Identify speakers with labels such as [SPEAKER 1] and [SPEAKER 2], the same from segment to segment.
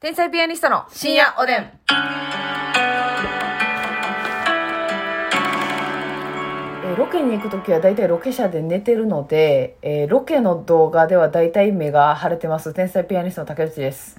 [SPEAKER 1] 天才ピアニストの深夜おでん。
[SPEAKER 2] えーロケに行くときは大体ロケ車で寝てるので、えーロケの動画では大体目が腫れてます。天才ピアニストの竹内です。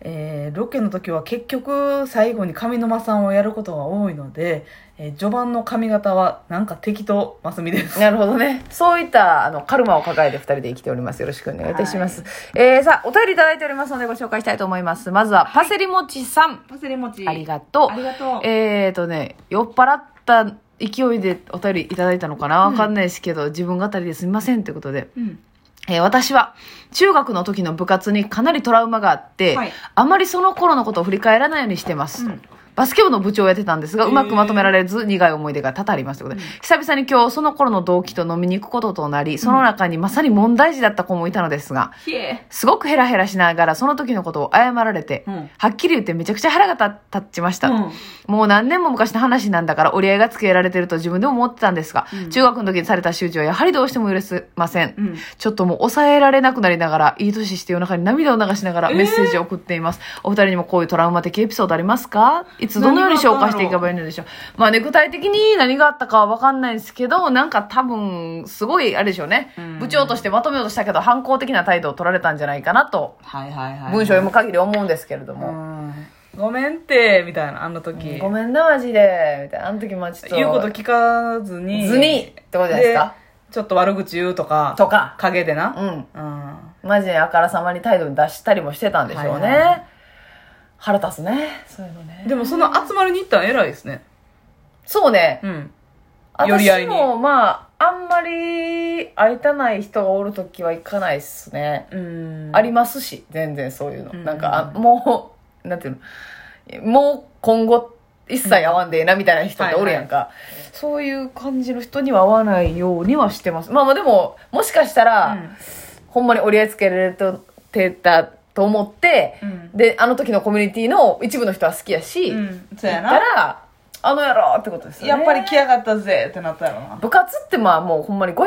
[SPEAKER 1] えーロケの時は結局最後に上沼さんをやることが多いので、えー序盤の髪型はなんか適当マスミです。
[SPEAKER 2] なるほどね。そういった、あの、カルマを抱えて二人で生きております。よろしくお願いいたします。えーさあ、お便りいただいておりますのでご紹介したいと思います。まずは、パセリもちさん。
[SPEAKER 1] パセリ餅。
[SPEAKER 2] ありがとう。
[SPEAKER 1] ありがとう
[SPEAKER 2] えーとね、酔っ払った勢いでお便りいただいたのかなわかんないですけど、自分語りですみませんということで。
[SPEAKER 1] うん。
[SPEAKER 2] えー私は中学の時の部活にかなりトラウマがあって、
[SPEAKER 1] はい
[SPEAKER 2] あまりその頃のことを振り返らないようにしてます、
[SPEAKER 1] うん
[SPEAKER 2] バスケ部の部長をやってたんですが、
[SPEAKER 1] へー
[SPEAKER 2] うまくまとめられず苦い思い出が多々ありますということで、久々に今日その頃の同期と飲みに行くこととなりその中にまさに問題児だった子もいたのですが、
[SPEAKER 1] ひえ。
[SPEAKER 2] すごくヘラヘラしながらその時のことを謝られて、
[SPEAKER 1] うん
[SPEAKER 2] はっきり言ってめちゃくちゃ腹が立立ちました、もう何年も昔の話なんだから折り合いがつけられてると自分でも思ってたんですが、
[SPEAKER 1] うん
[SPEAKER 2] 中学の時にされた周知はやはりどうしても許せません、
[SPEAKER 1] うん
[SPEAKER 2] ちょっともう抑えられなくなりながらいい年して夜中に涙を流しながら
[SPEAKER 1] えー
[SPEAKER 2] メッセージを送っています、お二人にもこういうトラウマ的エピソードありますかいつどのように消化していけばいいのでしょうまあね具体的に何があったかは分かんないんですけどなんか多分すごいあれでしょうね、
[SPEAKER 1] うん
[SPEAKER 2] 部長としてまとめようとしたけど反抗的な態度を取られたんじゃないかなと
[SPEAKER 1] はいはいはい。
[SPEAKER 2] 文章読む限り思うんですけれども、
[SPEAKER 1] うん。ごめんって、みたいな、あの時。
[SPEAKER 2] ごめんなマジでみたいなあの時まあちょっと
[SPEAKER 1] 言うこと聞かずに。
[SPEAKER 2] ずにってことじゃないですか
[SPEAKER 1] でちょっと悪口言うとか。
[SPEAKER 2] とか
[SPEAKER 1] 陰
[SPEAKER 2] う
[SPEAKER 1] でな。
[SPEAKER 2] ん
[SPEAKER 1] うん。
[SPEAKER 2] マジであからさまに態度に出したりもしてたんでしょうね、
[SPEAKER 1] はいはい
[SPEAKER 2] 腹立つねそういうのね
[SPEAKER 1] でもその集まりに行ったら偉いですね。
[SPEAKER 2] そうね、
[SPEAKER 1] うん。寄り合
[SPEAKER 2] 私
[SPEAKER 1] いに
[SPEAKER 2] もまああんまり会いたない人がおるときは行かないっすね、
[SPEAKER 1] うん
[SPEAKER 2] ありますし全然そういうの、
[SPEAKER 1] うん
[SPEAKER 2] なんかあもうなんていうのもう今後一切会わんでええなみたいな人っておるやんか、そういう感じの人には会わないようにはしてますまあまあでももしかしたら、ほんまに折り合いつけられてたと思って、
[SPEAKER 1] うん
[SPEAKER 2] で、あの時のコミュニティの一部の人は好きやし、
[SPEAKER 1] う
[SPEAKER 2] 行っ
[SPEAKER 1] ん。そう
[SPEAKER 2] た
[SPEAKER 1] やな。
[SPEAKER 2] ら、あの野郎ってことですよ
[SPEAKER 1] や
[SPEAKER 2] ね。
[SPEAKER 1] っぱり来やがったぜってなったやろな。
[SPEAKER 2] 部活ってまあもうほんまに500%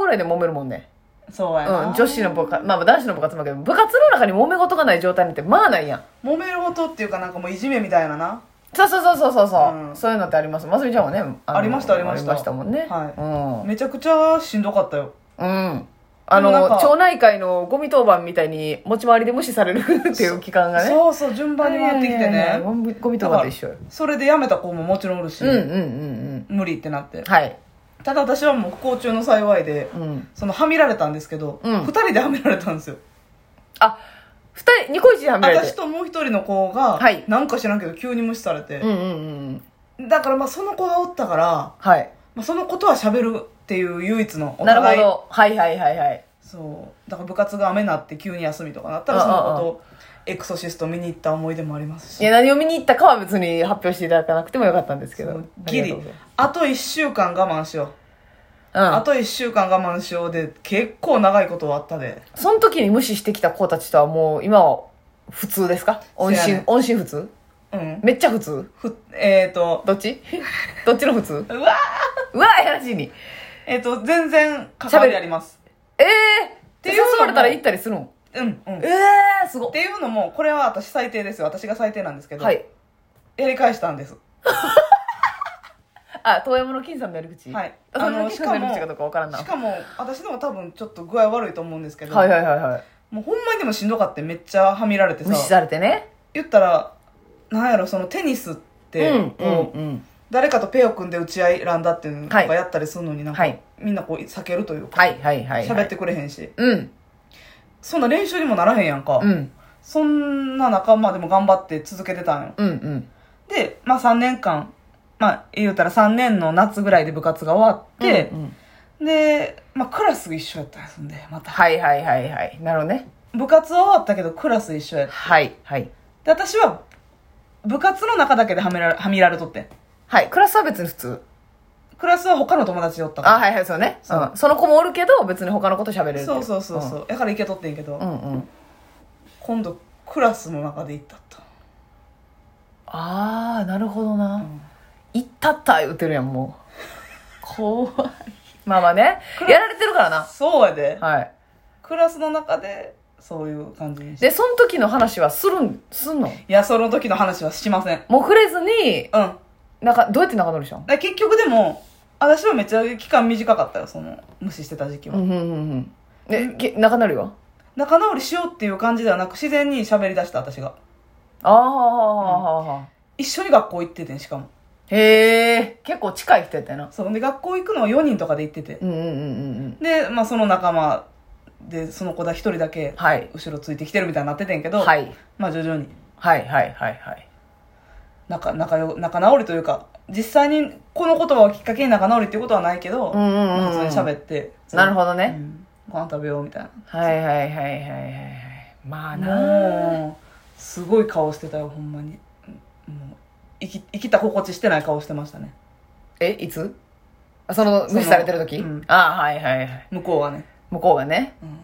[SPEAKER 2] ぐらいで揉めるもんね。
[SPEAKER 1] そう
[SPEAKER 2] うん
[SPEAKER 1] やな。、
[SPEAKER 2] 女子の部活、まあまあ男子の部活もあるけど、部活の中に揉め事がない状態なんてまあないやん。
[SPEAKER 1] 揉めることっていうかなんかもういじめみたいなな。
[SPEAKER 2] そうそうそうそうそうそう、
[SPEAKER 1] うん
[SPEAKER 2] そういうのってあります。ますみちゃんもね、の
[SPEAKER 1] ありましたありました
[SPEAKER 2] ありましたもんね。
[SPEAKER 1] はめちゃくちゃしんどかったよ。
[SPEAKER 2] うん。うん。あの
[SPEAKER 1] でもなんか
[SPEAKER 2] 町内会のゴミ当番みたいに持ち回りで無視されるっていう期間がね。
[SPEAKER 1] そうそう、順番に回ってきて
[SPEAKER 2] いやいやいや
[SPEAKER 1] ね。
[SPEAKER 2] ゴミゴミとかと一緒よ
[SPEAKER 1] それで辞めた子ももちろんおるし
[SPEAKER 2] うん、うんうん
[SPEAKER 1] 無理ってなって
[SPEAKER 2] うん。はい
[SPEAKER 1] ただ私はもう不幸中の幸いで、
[SPEAKER 2] うん
[SPEAKER 1] そのはみられたんですけど、
[SPEAKER 2] うん
[SPEAKER 1] 二人ではみられたんですよ。
[SPEAKER 2] あ二人ニコイチではめられ
[SPEAKER 1] 私
[SPEAKER 2] て
[SPEAKER 1] ともう一人の子が、
[SPEAKER 2] はい
[SPEAKER 1] なんか知らんけど急に無視されて
[SPEAKER 2] うん。うんうんうん
[SPEAKER 1] だからまあその子がおったから、
[SPEAKER 2] はい
[SPEAKER 1] まあ、そのことは喋るっていう唯一のお
[SPEAKER 2] なる
[SPEAKER 1] 互い
[SPEAKER 2] ほどはいはいはいはい
[SPEAKER 1] そうだから部活が雨になって急に休みとかなったらそのことをエクソシスト見に行った思い出もあります
[SPEAKER 2] い
[SPEAKER 1] し
[SPEAKER 2] や何を見に行ったかは別に発表していただかなくてもよかったんですけ
[SPEAKER 1] そ
[SPEAKER 2] ど
[SPEAKER 1] うギ
[SPEAKER 2] あり
[SPEAKER 1] リ
[SPEAKER 2] がとうござい
[SPEAKER 1] あと1週間我慢しよう、あ
[SPEAKER 2] ます
[SPEAKER 1] と1週間我慢しようで結構長いことはあったで
[SPEAKER 2] うんその時に無視してきた子たちとはもう今は普通ですか音
[SPEAKER 1] そう
[SPEAKER 2] 信、
[SPEAKER 1] やね
[SPEAKER 2] 音信普通
[SPEAKER 1] うん
[SPEAKER 2] めっちゃ普通
[SPEAKER 1] ふえっ、ー、と
[SPEAKER 2] どっ ちどっちの普通
[SPEAKER 1] うわ
[SPEAKER 2] うわやらしいに
[SPEAKER 1] えっ、と全然関わりあります
[SPEAKER 2] ええー、ってて
[SPEAKER 1] いう
[SPEAKER 2] 誘
[SPEAKER 1] のも
[SPEAKER 2] われたら行ったりするん
[SPEAKER 1] うんうんっ
[SPEAKER 2] ええー、すごって
[SPEAKER 1] いうのもこれは私最低ですよ私が最低なんですけど、
[SPEAKER 2] はい
[SPEAKER 1] やり返したんです
[SPEAKER 2] あ、遠山の金さんのやり口
[SPEAKER 1] はい
[SPEAKER 2] あの、
[SPEAKER 1] し
[SPEAKER 2] し
[SPEAKER 1] かも
[SPEAKER 2] かも。口かどうかわからんな。
[SPEAKER 1] しかも私のも多分ちょっと具合悪いと思うんですけど、
[SPEAKER 2] はいはいはいはい。
[SPEAKER 1] もうほんまにでもしんどかってめっちゃはみられてさ
[SPEAKER 2] 無視されてね。
[SPEAKER 1] 言ったらなんやろそのテニスっ
[SPEAKER 2] うん
[SPEAKER 1] て、
[SPEAKER 2] うん
[SPEAKER 1] こう
[SPEAKER 2] うん。
[SPEAKER 1] 誰かとペアを組んで打ち合いランだっていうのとか
[SPEAKER 2] はい
[SPEAKER 1] やったりするのになんか、
[SPEAKER 2] はい
[SPEAKER 1] みんなこう避けるというか
[SPEAKER 2] はいはいはい。
[SPEAKER 1] 喋、ってくれへんし
[SPEAKER 2] うん。
[SPEAKER 1] そんな練習にもならへんやんか、
[SPEAKER 2] うん。
[SPEAKER 1] そんな仲間でも頑張って続けてたんよ
[SPEAKER 2] うんうん。
[SPEAKER 1] でまあ3年間まあ言うたら3年の夏ぐらいで部活が終わって
[SPEAKER 2] う、んうん
[SPEAKER 1] で、まあ、クラス一緒やったんですんでまた
[SPEAKER 2] はいはいはいはい。なるほどね。
[SPEAKER 1] 部活は終わったけどクラス一緒やった
[SPEAKER 2] はいはい。
[SPEAKER 1] で私は部活の中だけではめらはみられとってん
[SPEAKER 2] はい。クラスは別に普通。
[SPEAKER 1] クラスは他の友達おったから
[SPEAKER 2] あ、はいはい、そうね。
[SPEAKER 1] そう
[SPEAKER 2] うん。その子もおるけど、別に他のこと喋れるってい。
[SPEAKER 1] そうそうそうそう、だから行けとってんけど、
[SPEAKER 2] うん。うんうん。
[SPEAKER 1] 今度クラスの中で行ったった
[SPEAKER 2] あー、なるほどな。
[SPEAKER 1] ん
[SPEAKER 2] 行ったった言ってるやん、もう。 怖い。まあまあね
[SPEAKER 1] ク。ラス
[SPEAKER 2] やられてるからな。
[SPEAKER 1] そうやで
[SPEAKER 2] はい。
[SPEAKER 1] クラスの中でそういう感じにして。
[SPEAKER 2] で、その時の話はするん、すんの
[SPEAKER 1] いや、その時の話はしません。うん。
[SPEAKER 2] もう触れずに、
[SPEAKER 1] だか
[SPEAKER 2] なんか、どうやって仲直りしたの
[SPEAKER 1] ら結局でも、私はめっちゃ期間短かったよ、その、無視してた時期は。
[SPEAKER 2] うんうんうんうん。で、け仲直りは
[SPEAKER 1] 仲直りしようっていう感じではなく、自然に喋り出した、私が。
[SPEAKER 2] ああ、はあ、はあ。
[SPEAKER 1] 一緒に学校行っててん、しかも。
[SPEAKER 2] へえ、結構近い人やったよな。
[SPEAKER 1] そう。で、学校行くのは4人とかで行ってて。
[SPEAKER 2] うんうんうんうんうん。
[SPEAKER 1] で、まあ、その仲間で、その子だ一人だけ、
[SPEAKER 2] はい。
[SPEAKER 1] 後ろついてきてるみたいになっててんけど、
[SPEAKER 2] はい。
[SPEAKER 1] まあ、徐々に
[SPEAKER 2] はいはいはいはい。
[SPEAKER 1] 仲仲よ仲直りというか実際にこの言葉をきっかけに仲直りっていうことはないけど、
[SPEAKER 2] うんうんうんうん
[SPEAKER 1] まあ普通に喋って
[SPEAKER 2] なるほど
[SPEAKER 1] ど
[SPEAKER 2] ね。
[SPEAKER 1] ご飯食べようみたい
[SPEAKER 2] はいはいはいはいはいはい。まあ
[SPEAKER 1] な
[SPEAKER 2] な
[SPEAKER 1] もうすごい顔してたよほんまにうんもう生き生きた心地してない顔してましたね
[SPEAKER 2] え、いつあその、無視されてる時、
[SPEAKER 1] うん
[SPEAKER 2] ああ、はいはいはい。
[SPEAKER 1] 向こうはね、
[SPEAKER 2] 向こうがね。
[SPEAKER 1] うん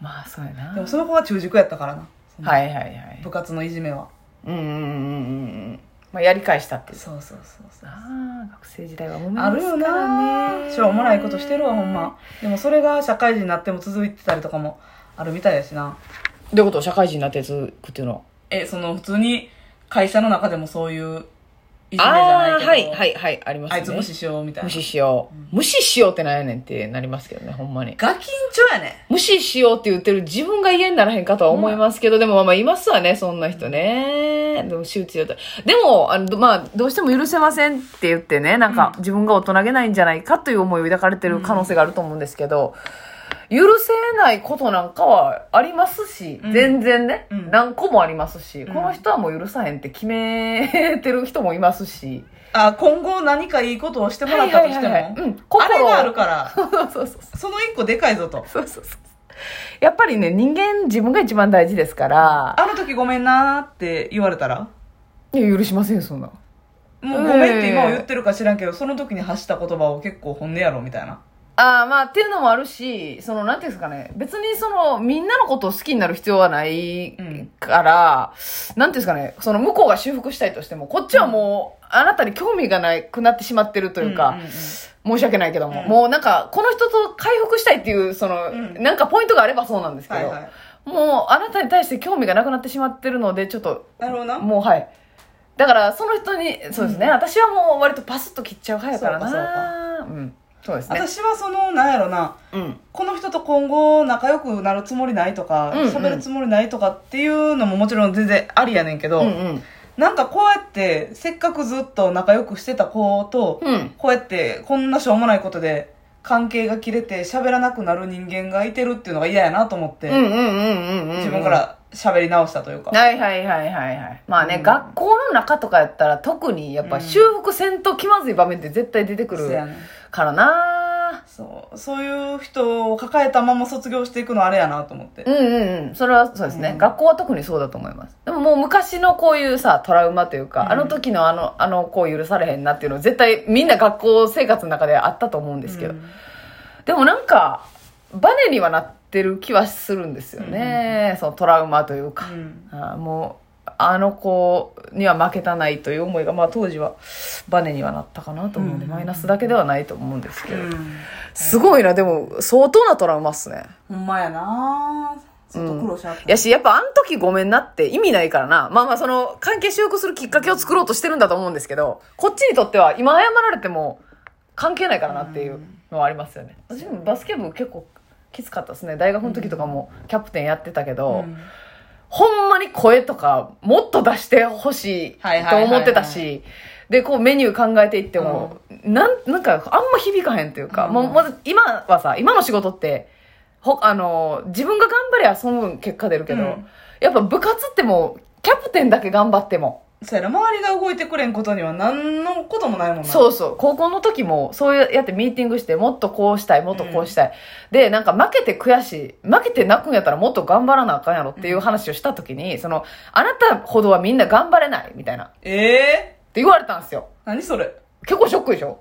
[SPEAKER 2] まあそうやな。
[SPEAKER 1] でもその子は中軸やったからなその
[SPEAKER 2] はいはいはい。
[SPEAKER 1] 部活のいじめは
[SPEAKER 2] うんうんうんうんうん。まあやり返したっていう。
[SPEAKER 1] そうそうそうそう
[SPEAKER 2] ああ、学生時代はもめ
[SPEAKER 1] あるよなしょうもないことしてるわほんま。でもそれが社会人になっても続いてたりとかもあるみたいやしな
[SPEAKER 2] どういうこと社会人になって続くっていうのは。
[SPEAKER 1] え、その普通に会社の中でもそういういじめじゃない
[SPEAKER 2] あ
[SPEAKER 1] け
[SPEAKER 2] あ、
[SPEAKER 1] ど、
[SPEAKER 2] はいはいはい。ありますね。
[SPEAKER 1] あいつ無視しようみたいな。
[SPEAKER 2] 無視しよう、無視しようってなんやねんってなりますけどね、ほんまに。
[SPEAKER 1] ガキンチョやね。
[SPEAKER 2] 無視しようって言ってる自分が嫌にならへんかとは思いますけど、でもまあまあいますわね、そんな人ね。でも周知だったらでも、あの、どまあ、どうしても許せませんって言ってね、なんか
[SPEAKER 1] う
[SPEAKER 2] 自分が大人げないんじゃないかという思いを抱かれてる可能性があると思うんですけど、許せないことなんかはありますし、
[SPEAKER 1] うん
[SPEAKER 2] 全然ね、
[SPEAKER 1] うん
[SPEAKER 2] 何個もありますし、
[SPEAKER 1] うん
[SPEAKER 2] この人はもう許さへんって決めてる人もいますし、
[SPEAKER 1] あ、今後何かいいことをしてもらったとして
[SPEAKER 2] はいはいはいはい
[SPEAKER 1] も、
[SPEAKER 2] うん、
[SPEAKER 1] あれがある
[SPEAKER 2] か
[SPEAKER 1] から、
[SPEAKER 2] ら。 そうそうそう。
[SPEAKER 1] その一個でかいぞと。
[SPEAKER 2] そうそうそう。やっぱりね、人間自分が一番大事ですから、
[SPEAKER 1] あの時ごめんなーって言われたら、
[SPEAKER 2] いや、許しませんよ、そんな。
[SPEAKER 1] もうごめんって今は言ってるか知らんけど、その時に発した言葉を結構本音やろみたいな。
[SPEAKER 2] ああ、まあ、っていうのもあるし、その、なんていうんですかね、別にその、みんなのことを好きになる必要はない
[SPEAKER 1] うん
[SPEAKER 2] から、なんていうんですかね、その、向こうが修復したいとしても、こっちはもう、あなたに興味がないくなってしまってるというか、
[SPEAKER 1] んんん
[SPEAKER 2] 申し訳ないけども、
[SPEAKER 1] うん
[SPEAKER 2] もうなんか、この人と回復したいっていう、その、
[SPEAKER 1] うん
[SPEAKER 2] なんかポイントがあればそうなんですけ
[SPEAKER 1] は
[SPEAKER 2] ど、
[SPEAKER 1] いはい。
[SPEAKER 2] もう、あなたに対して興味がなくなってしまってるので、ちょっと、
[SPEAKER 1] なるほどな。
[SPEAKER 2] もうはい。だから、その人に、そうですね、私はもう割とパスッと切っちゃう派やからな。
[SPEAKER 1] そうか
[SPEAKER 2] うん。そうですね。
[SPEAKER 1] 私はその、なんやろな、
[SPEAKER 2] うん。
[SPEAKER 1] この人と今後仲良くなるつもりないとか、
[SPEAKER 2] うんうん
[SPEAKER 1] 喋るつもりないとかっていうのももちろん全然ありやねんけど、
[SPEAKER 2] うんうん。
[SPEAKER 1] なんかこうやって、せっかくずっと仲良くしてた子と、
[SPEAKER 2] うん。
[SPEAKER 1] こうやってこんなしょうもないことで関係が切れて喋らなくなる人間がいてるっていうのが嫌やなと思って、
[SPEAKER 2] うんうんうんうんうん。
[SPEAKER 1] 自分か。ら喋り直したというか。
[SPEAKER 2] はいはいはいはいはい。まあね、
[SPEAKER 1] うん
[SPEAKER 2] 学校の中とかやったら特にやっぱ
[SPEAKER 1] うん
[SPEAKER 2] 修復せんと気まずい場面って絶対出てく
[SPEAKER 1] そうや
[SPEAKER 2] る
[SPEAKER 1] ねん
[SPEAKER 2] からな。
[SPEAKER 1] そうそういう人を抱えたまま卒業していくのあれやなと思って
[SPEAKER 2] う。んうんうん。それはそうですね。
[SPEAKER 1] うん
[SPEAKER 2] 学校は特にそうだと思います。でももう昔のこういうさ、トラウマというか、
[SPEAKER 1] うん
[SPEAKER 2] あの時のあの、あの子許されへんなっていうの絶対みんな学校生活の中であったと思うんですけど
[SPEAKER 1] う。ん
[SPEAKER 2] でもなんか、バネにはなってる気はするんですよね。そのトラウマというか。
[SPEAKER 1] うん
[SPEAKER 2] あーもう、あの子には負けたないという思いが、まあ当時はバネにはなったかなと思うんで、
[SPEAKER 1] うん
[SPEAKER 2] マイナスだけではないと思うんですけ
[SPEAKER 1] う
[SPEAKER 2] ど。
[SPEAKER 1] ん
[SPEAKER 2] すごいな、でも相当なトラウマっすね。
[SPEAKER 1] ほんまやなちょっと苦労しちゃった。
[SPEAKER 2] やし、やっぱあの時ごめんなって意味ないからな。まあまあその関係修復するきっかけを作ろうとしてるんだと思うんですけど、こっちにとっては今謝られても関係ないからなっていうのはありますよね。私もバスケ部結構きつかったですね。大学の時とかもキャプテンやってたけど、
[SPEAKER 1] うん
[SPEAKER 2] ほんまに声とかもっと出してほし
[SPEAKER 1] は
[SPEAKER 2] い
[SPEAKER 1] い
[SPEAKER 2] と
[SPEAKER 1] はいはいはい
[SPEAKER 2] 思ってたし、で、こうメニュー考えていっても、なん、なんかあんま響かへんというか、
[SPEAKER 1] うん
[SPEAKER 2] もうまず今はさ、今の仕事って、ほ、あの、自分が頑張りゃその分結果出るけど、
[SPEAKER 1] うん
[SPEAKER 2] やっぱ部活ってもう、キャプテンだけ頑張っても、
[SPEAKER 1] そうやな、周りが動いてくれんことには何のこともないもんな。
[SPEAKER 2] そうそう、高校の時も、そうやってミーティングして、もっとこうしたい、もっとこうしたい。で、なんか負けて悔しい、負けて泣くんやったらもっと頑張らなあかんやろっていう話をした時に、その、あなたほどはみんな頑張れない、みたいな、っ
[SPEAKER 1] ええ
[SPEAKER 2] て言われたんですよ。
[SPEAKER 1] 何それ
[SPEAKER 2] 結構ショックでしょ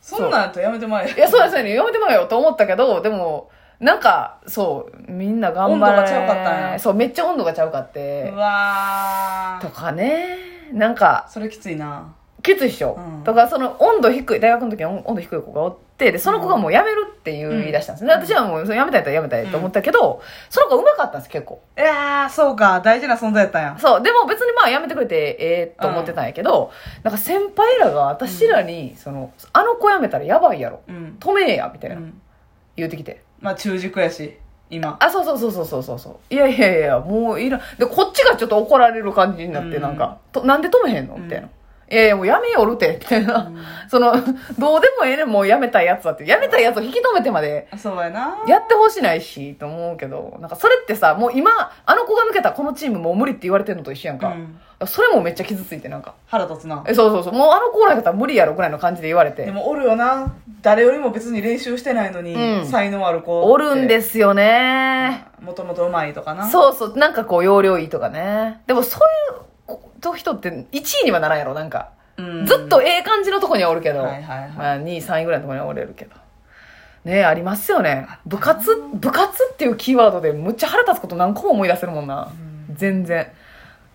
[SPEAKER 1] そんなんやったらやめてまえ。
[SPEAKER 2] いや、そうですよね、やめてもらえよと思ったけど、でも、なんか、そう、みんな頑張れ
[SPEAKER 1] 温度がちゃうかったんや
[SPEAKER 2] そう、めっちゃ温度がちゃうかっ
[SPEAKER 1] う
[SPEAKER 2] て、
[SPEAKER 1] わ
[SPEAKER 2] と
[SPEAKER 1] ー
[SPEAKER 2] かね、なんか、
[SPEAKER 1] それきついな
[SPEAKER 2] きついっしょ、
[SPEAKER 1] うん
[SPEAKER 2] とかその温度低い大学の時の温度低い子がおってでその子がもうやめるっていう言い出したんですね、
[SPEAKER 1] うん
[SPEAKER 2] で私はもうそれやめたいとやめたいと思ったけど、その子うまかったんです結構
[SPEAKER 1] いやー、そうか。大事な存在やったんや。
[SPEAKER 2] そうでも別にまあやめてくれてええと思ってたんやけど、なんか先輩らが私らに、そのあの子やめたらやばいやろ
[SPEAKER 1] うん。
[SPEAKER 2] 止めえやみたいうな、
[SPEAKER 1] ん。
[SPEAKER 2] 言うてきて
[SPEAKER 1] まあ、中軸やし、今。
[SPEAKER 2] あそうそうそうそうそうそうそういやいやいやもういらんでこっちがちょっと怒られる感じになって、
[SPEAKER 1] うん
[SPEAKER 2] なんかとなんで止めへんのみたいな、
[SPEAKER 1] うん
[SPEAKER 2] いやいやもうやめよるてみたいな、そのどうでもええねんもうやめたいやつだってやめたいやつを引き止めてまで
[SPEAKER 1] そうやな。
[SPEAKER 2] やってほしないしと思うけどなんかそれってさもう今あの子が抜けたらこのチームもう無理って言われてるのと一緒やん
[SPEAKER 1] う
[SPEAKER 2] か、
[SPEAKER 1] ん。
[SPEAKER 2] それもめっちゃ傷ついてなんか
[SPEAKER 1] 腹立つな。
[SPEAKER 2] えそうそうそうもうあの子おらんかったら無理やろぐらいの感じで言われて
[SPEAKER 1] でもおるよな。誰よりも別に練習してないのに、
[SPEAKER 2] うん
[SPEAKER 1] 才能ある子。
[SPEAKER 2] おるんですよね
[SPEAKER 1] もともとうまいとかな。
[SPEAKER 2] そうそう、なんかこう、容量いいとかね。でもそういう人って1位にはならんやろ、なんか。
[SPEAKER 1] うん
[SPEAKER 2] ずっとええ感じのとこにはおるけど、
[SPEAKER 1] はいはいはい
[SPEAKER 2] まあ、2位、3位ぐらいのとこにはおれるけど。ねえ、ありますよね。部活、部活っていうキーワードでむっちゃ腹立つこと何個も思い出せるもんな。全然。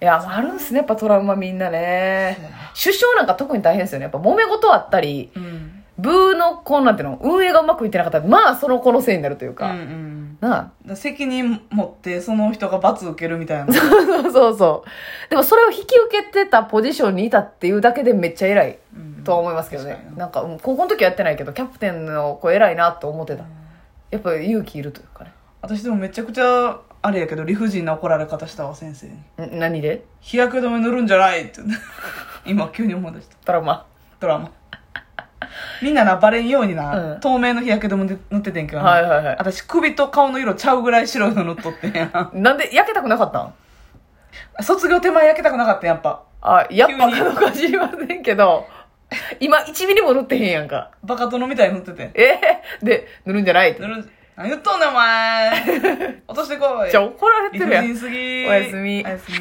[SPEAKER 2] いや、あるんすね、やっぱトラウマみんなね
[SPEAKER 1] そうやな。
[SPEAKER 2] 首相なんか特に大変ですよね。やっぱ揉め事あったり、
[SPEAKER 1] うん。
[SPEAKER 2] 部の子なんていうの、運営がうまくいってなかったら、まあその子のせいになるという
[SPEAKER 1] うんう
[SPEAKER 2] か。
[SPEAKER 1] ん。
[SPEAKER 2] なあ、
[SPEAKER 1] だから責任持って、その人が罰受けるみたいな。そ
[SPEAKER 2] そうそうそう。でもそれを引き受けてたポジションにいたっていうだけでめっちゃ偉いとは思いますけどね。なんか、うん高校の時はやってないけど、キャプテンの子偉いなと思ってた。やっぱ勇気いるというかね。
[SPEAKER 1] 私でもめちゃくちゃ、あれやけど、理不尽な怒られ方したわ、先生に。
[SPEAKER 2] ん何で
[SPEAKER 1] 日焼け止め塗るんじゃないって。 今、急に思い出した。
[SPEAKER 2] トラウマ。
[SPEAKER 1] ドラマ。みんなな、バレんようにな、
[SPEAKER 2] うん
[SPEAKER 1] 透明の日焼け止め塗っててんけどな、
[SPEAKER 2] はいはいはい。
[SPEAKER 1] 私、首と顔の色ちゃうぐらい白いの塗っとってんや ん。
[SPEAKER 2] なんで焼けたくなかったん
[SPEAKER 1] 卒業手前焼けたくなかったんやっぱ。
[SPEAKER 2] あ、やっぱかどうか知りませんけど、今1ミリも塗ってへんやんか。
[SPEAKER 1] バカ殿みたいに塗ってて。
[SPEAKER 2] えーで、塗るんじゃないって
[SPEAKER 1] 塗。るん、 何塗っとんねんお前落としてこい。
[SPEAKER 2] じゃあ怒られ
[SPEAKER 1] 理
[SPEAKER 2] て
[SPEAKER 1] 不
[SPEAKER 2] るやん
[SPEAKER 1] 尽。すぎ
[SPEAKER 2] おやすみ
[SPEAKER 1] おやすみ。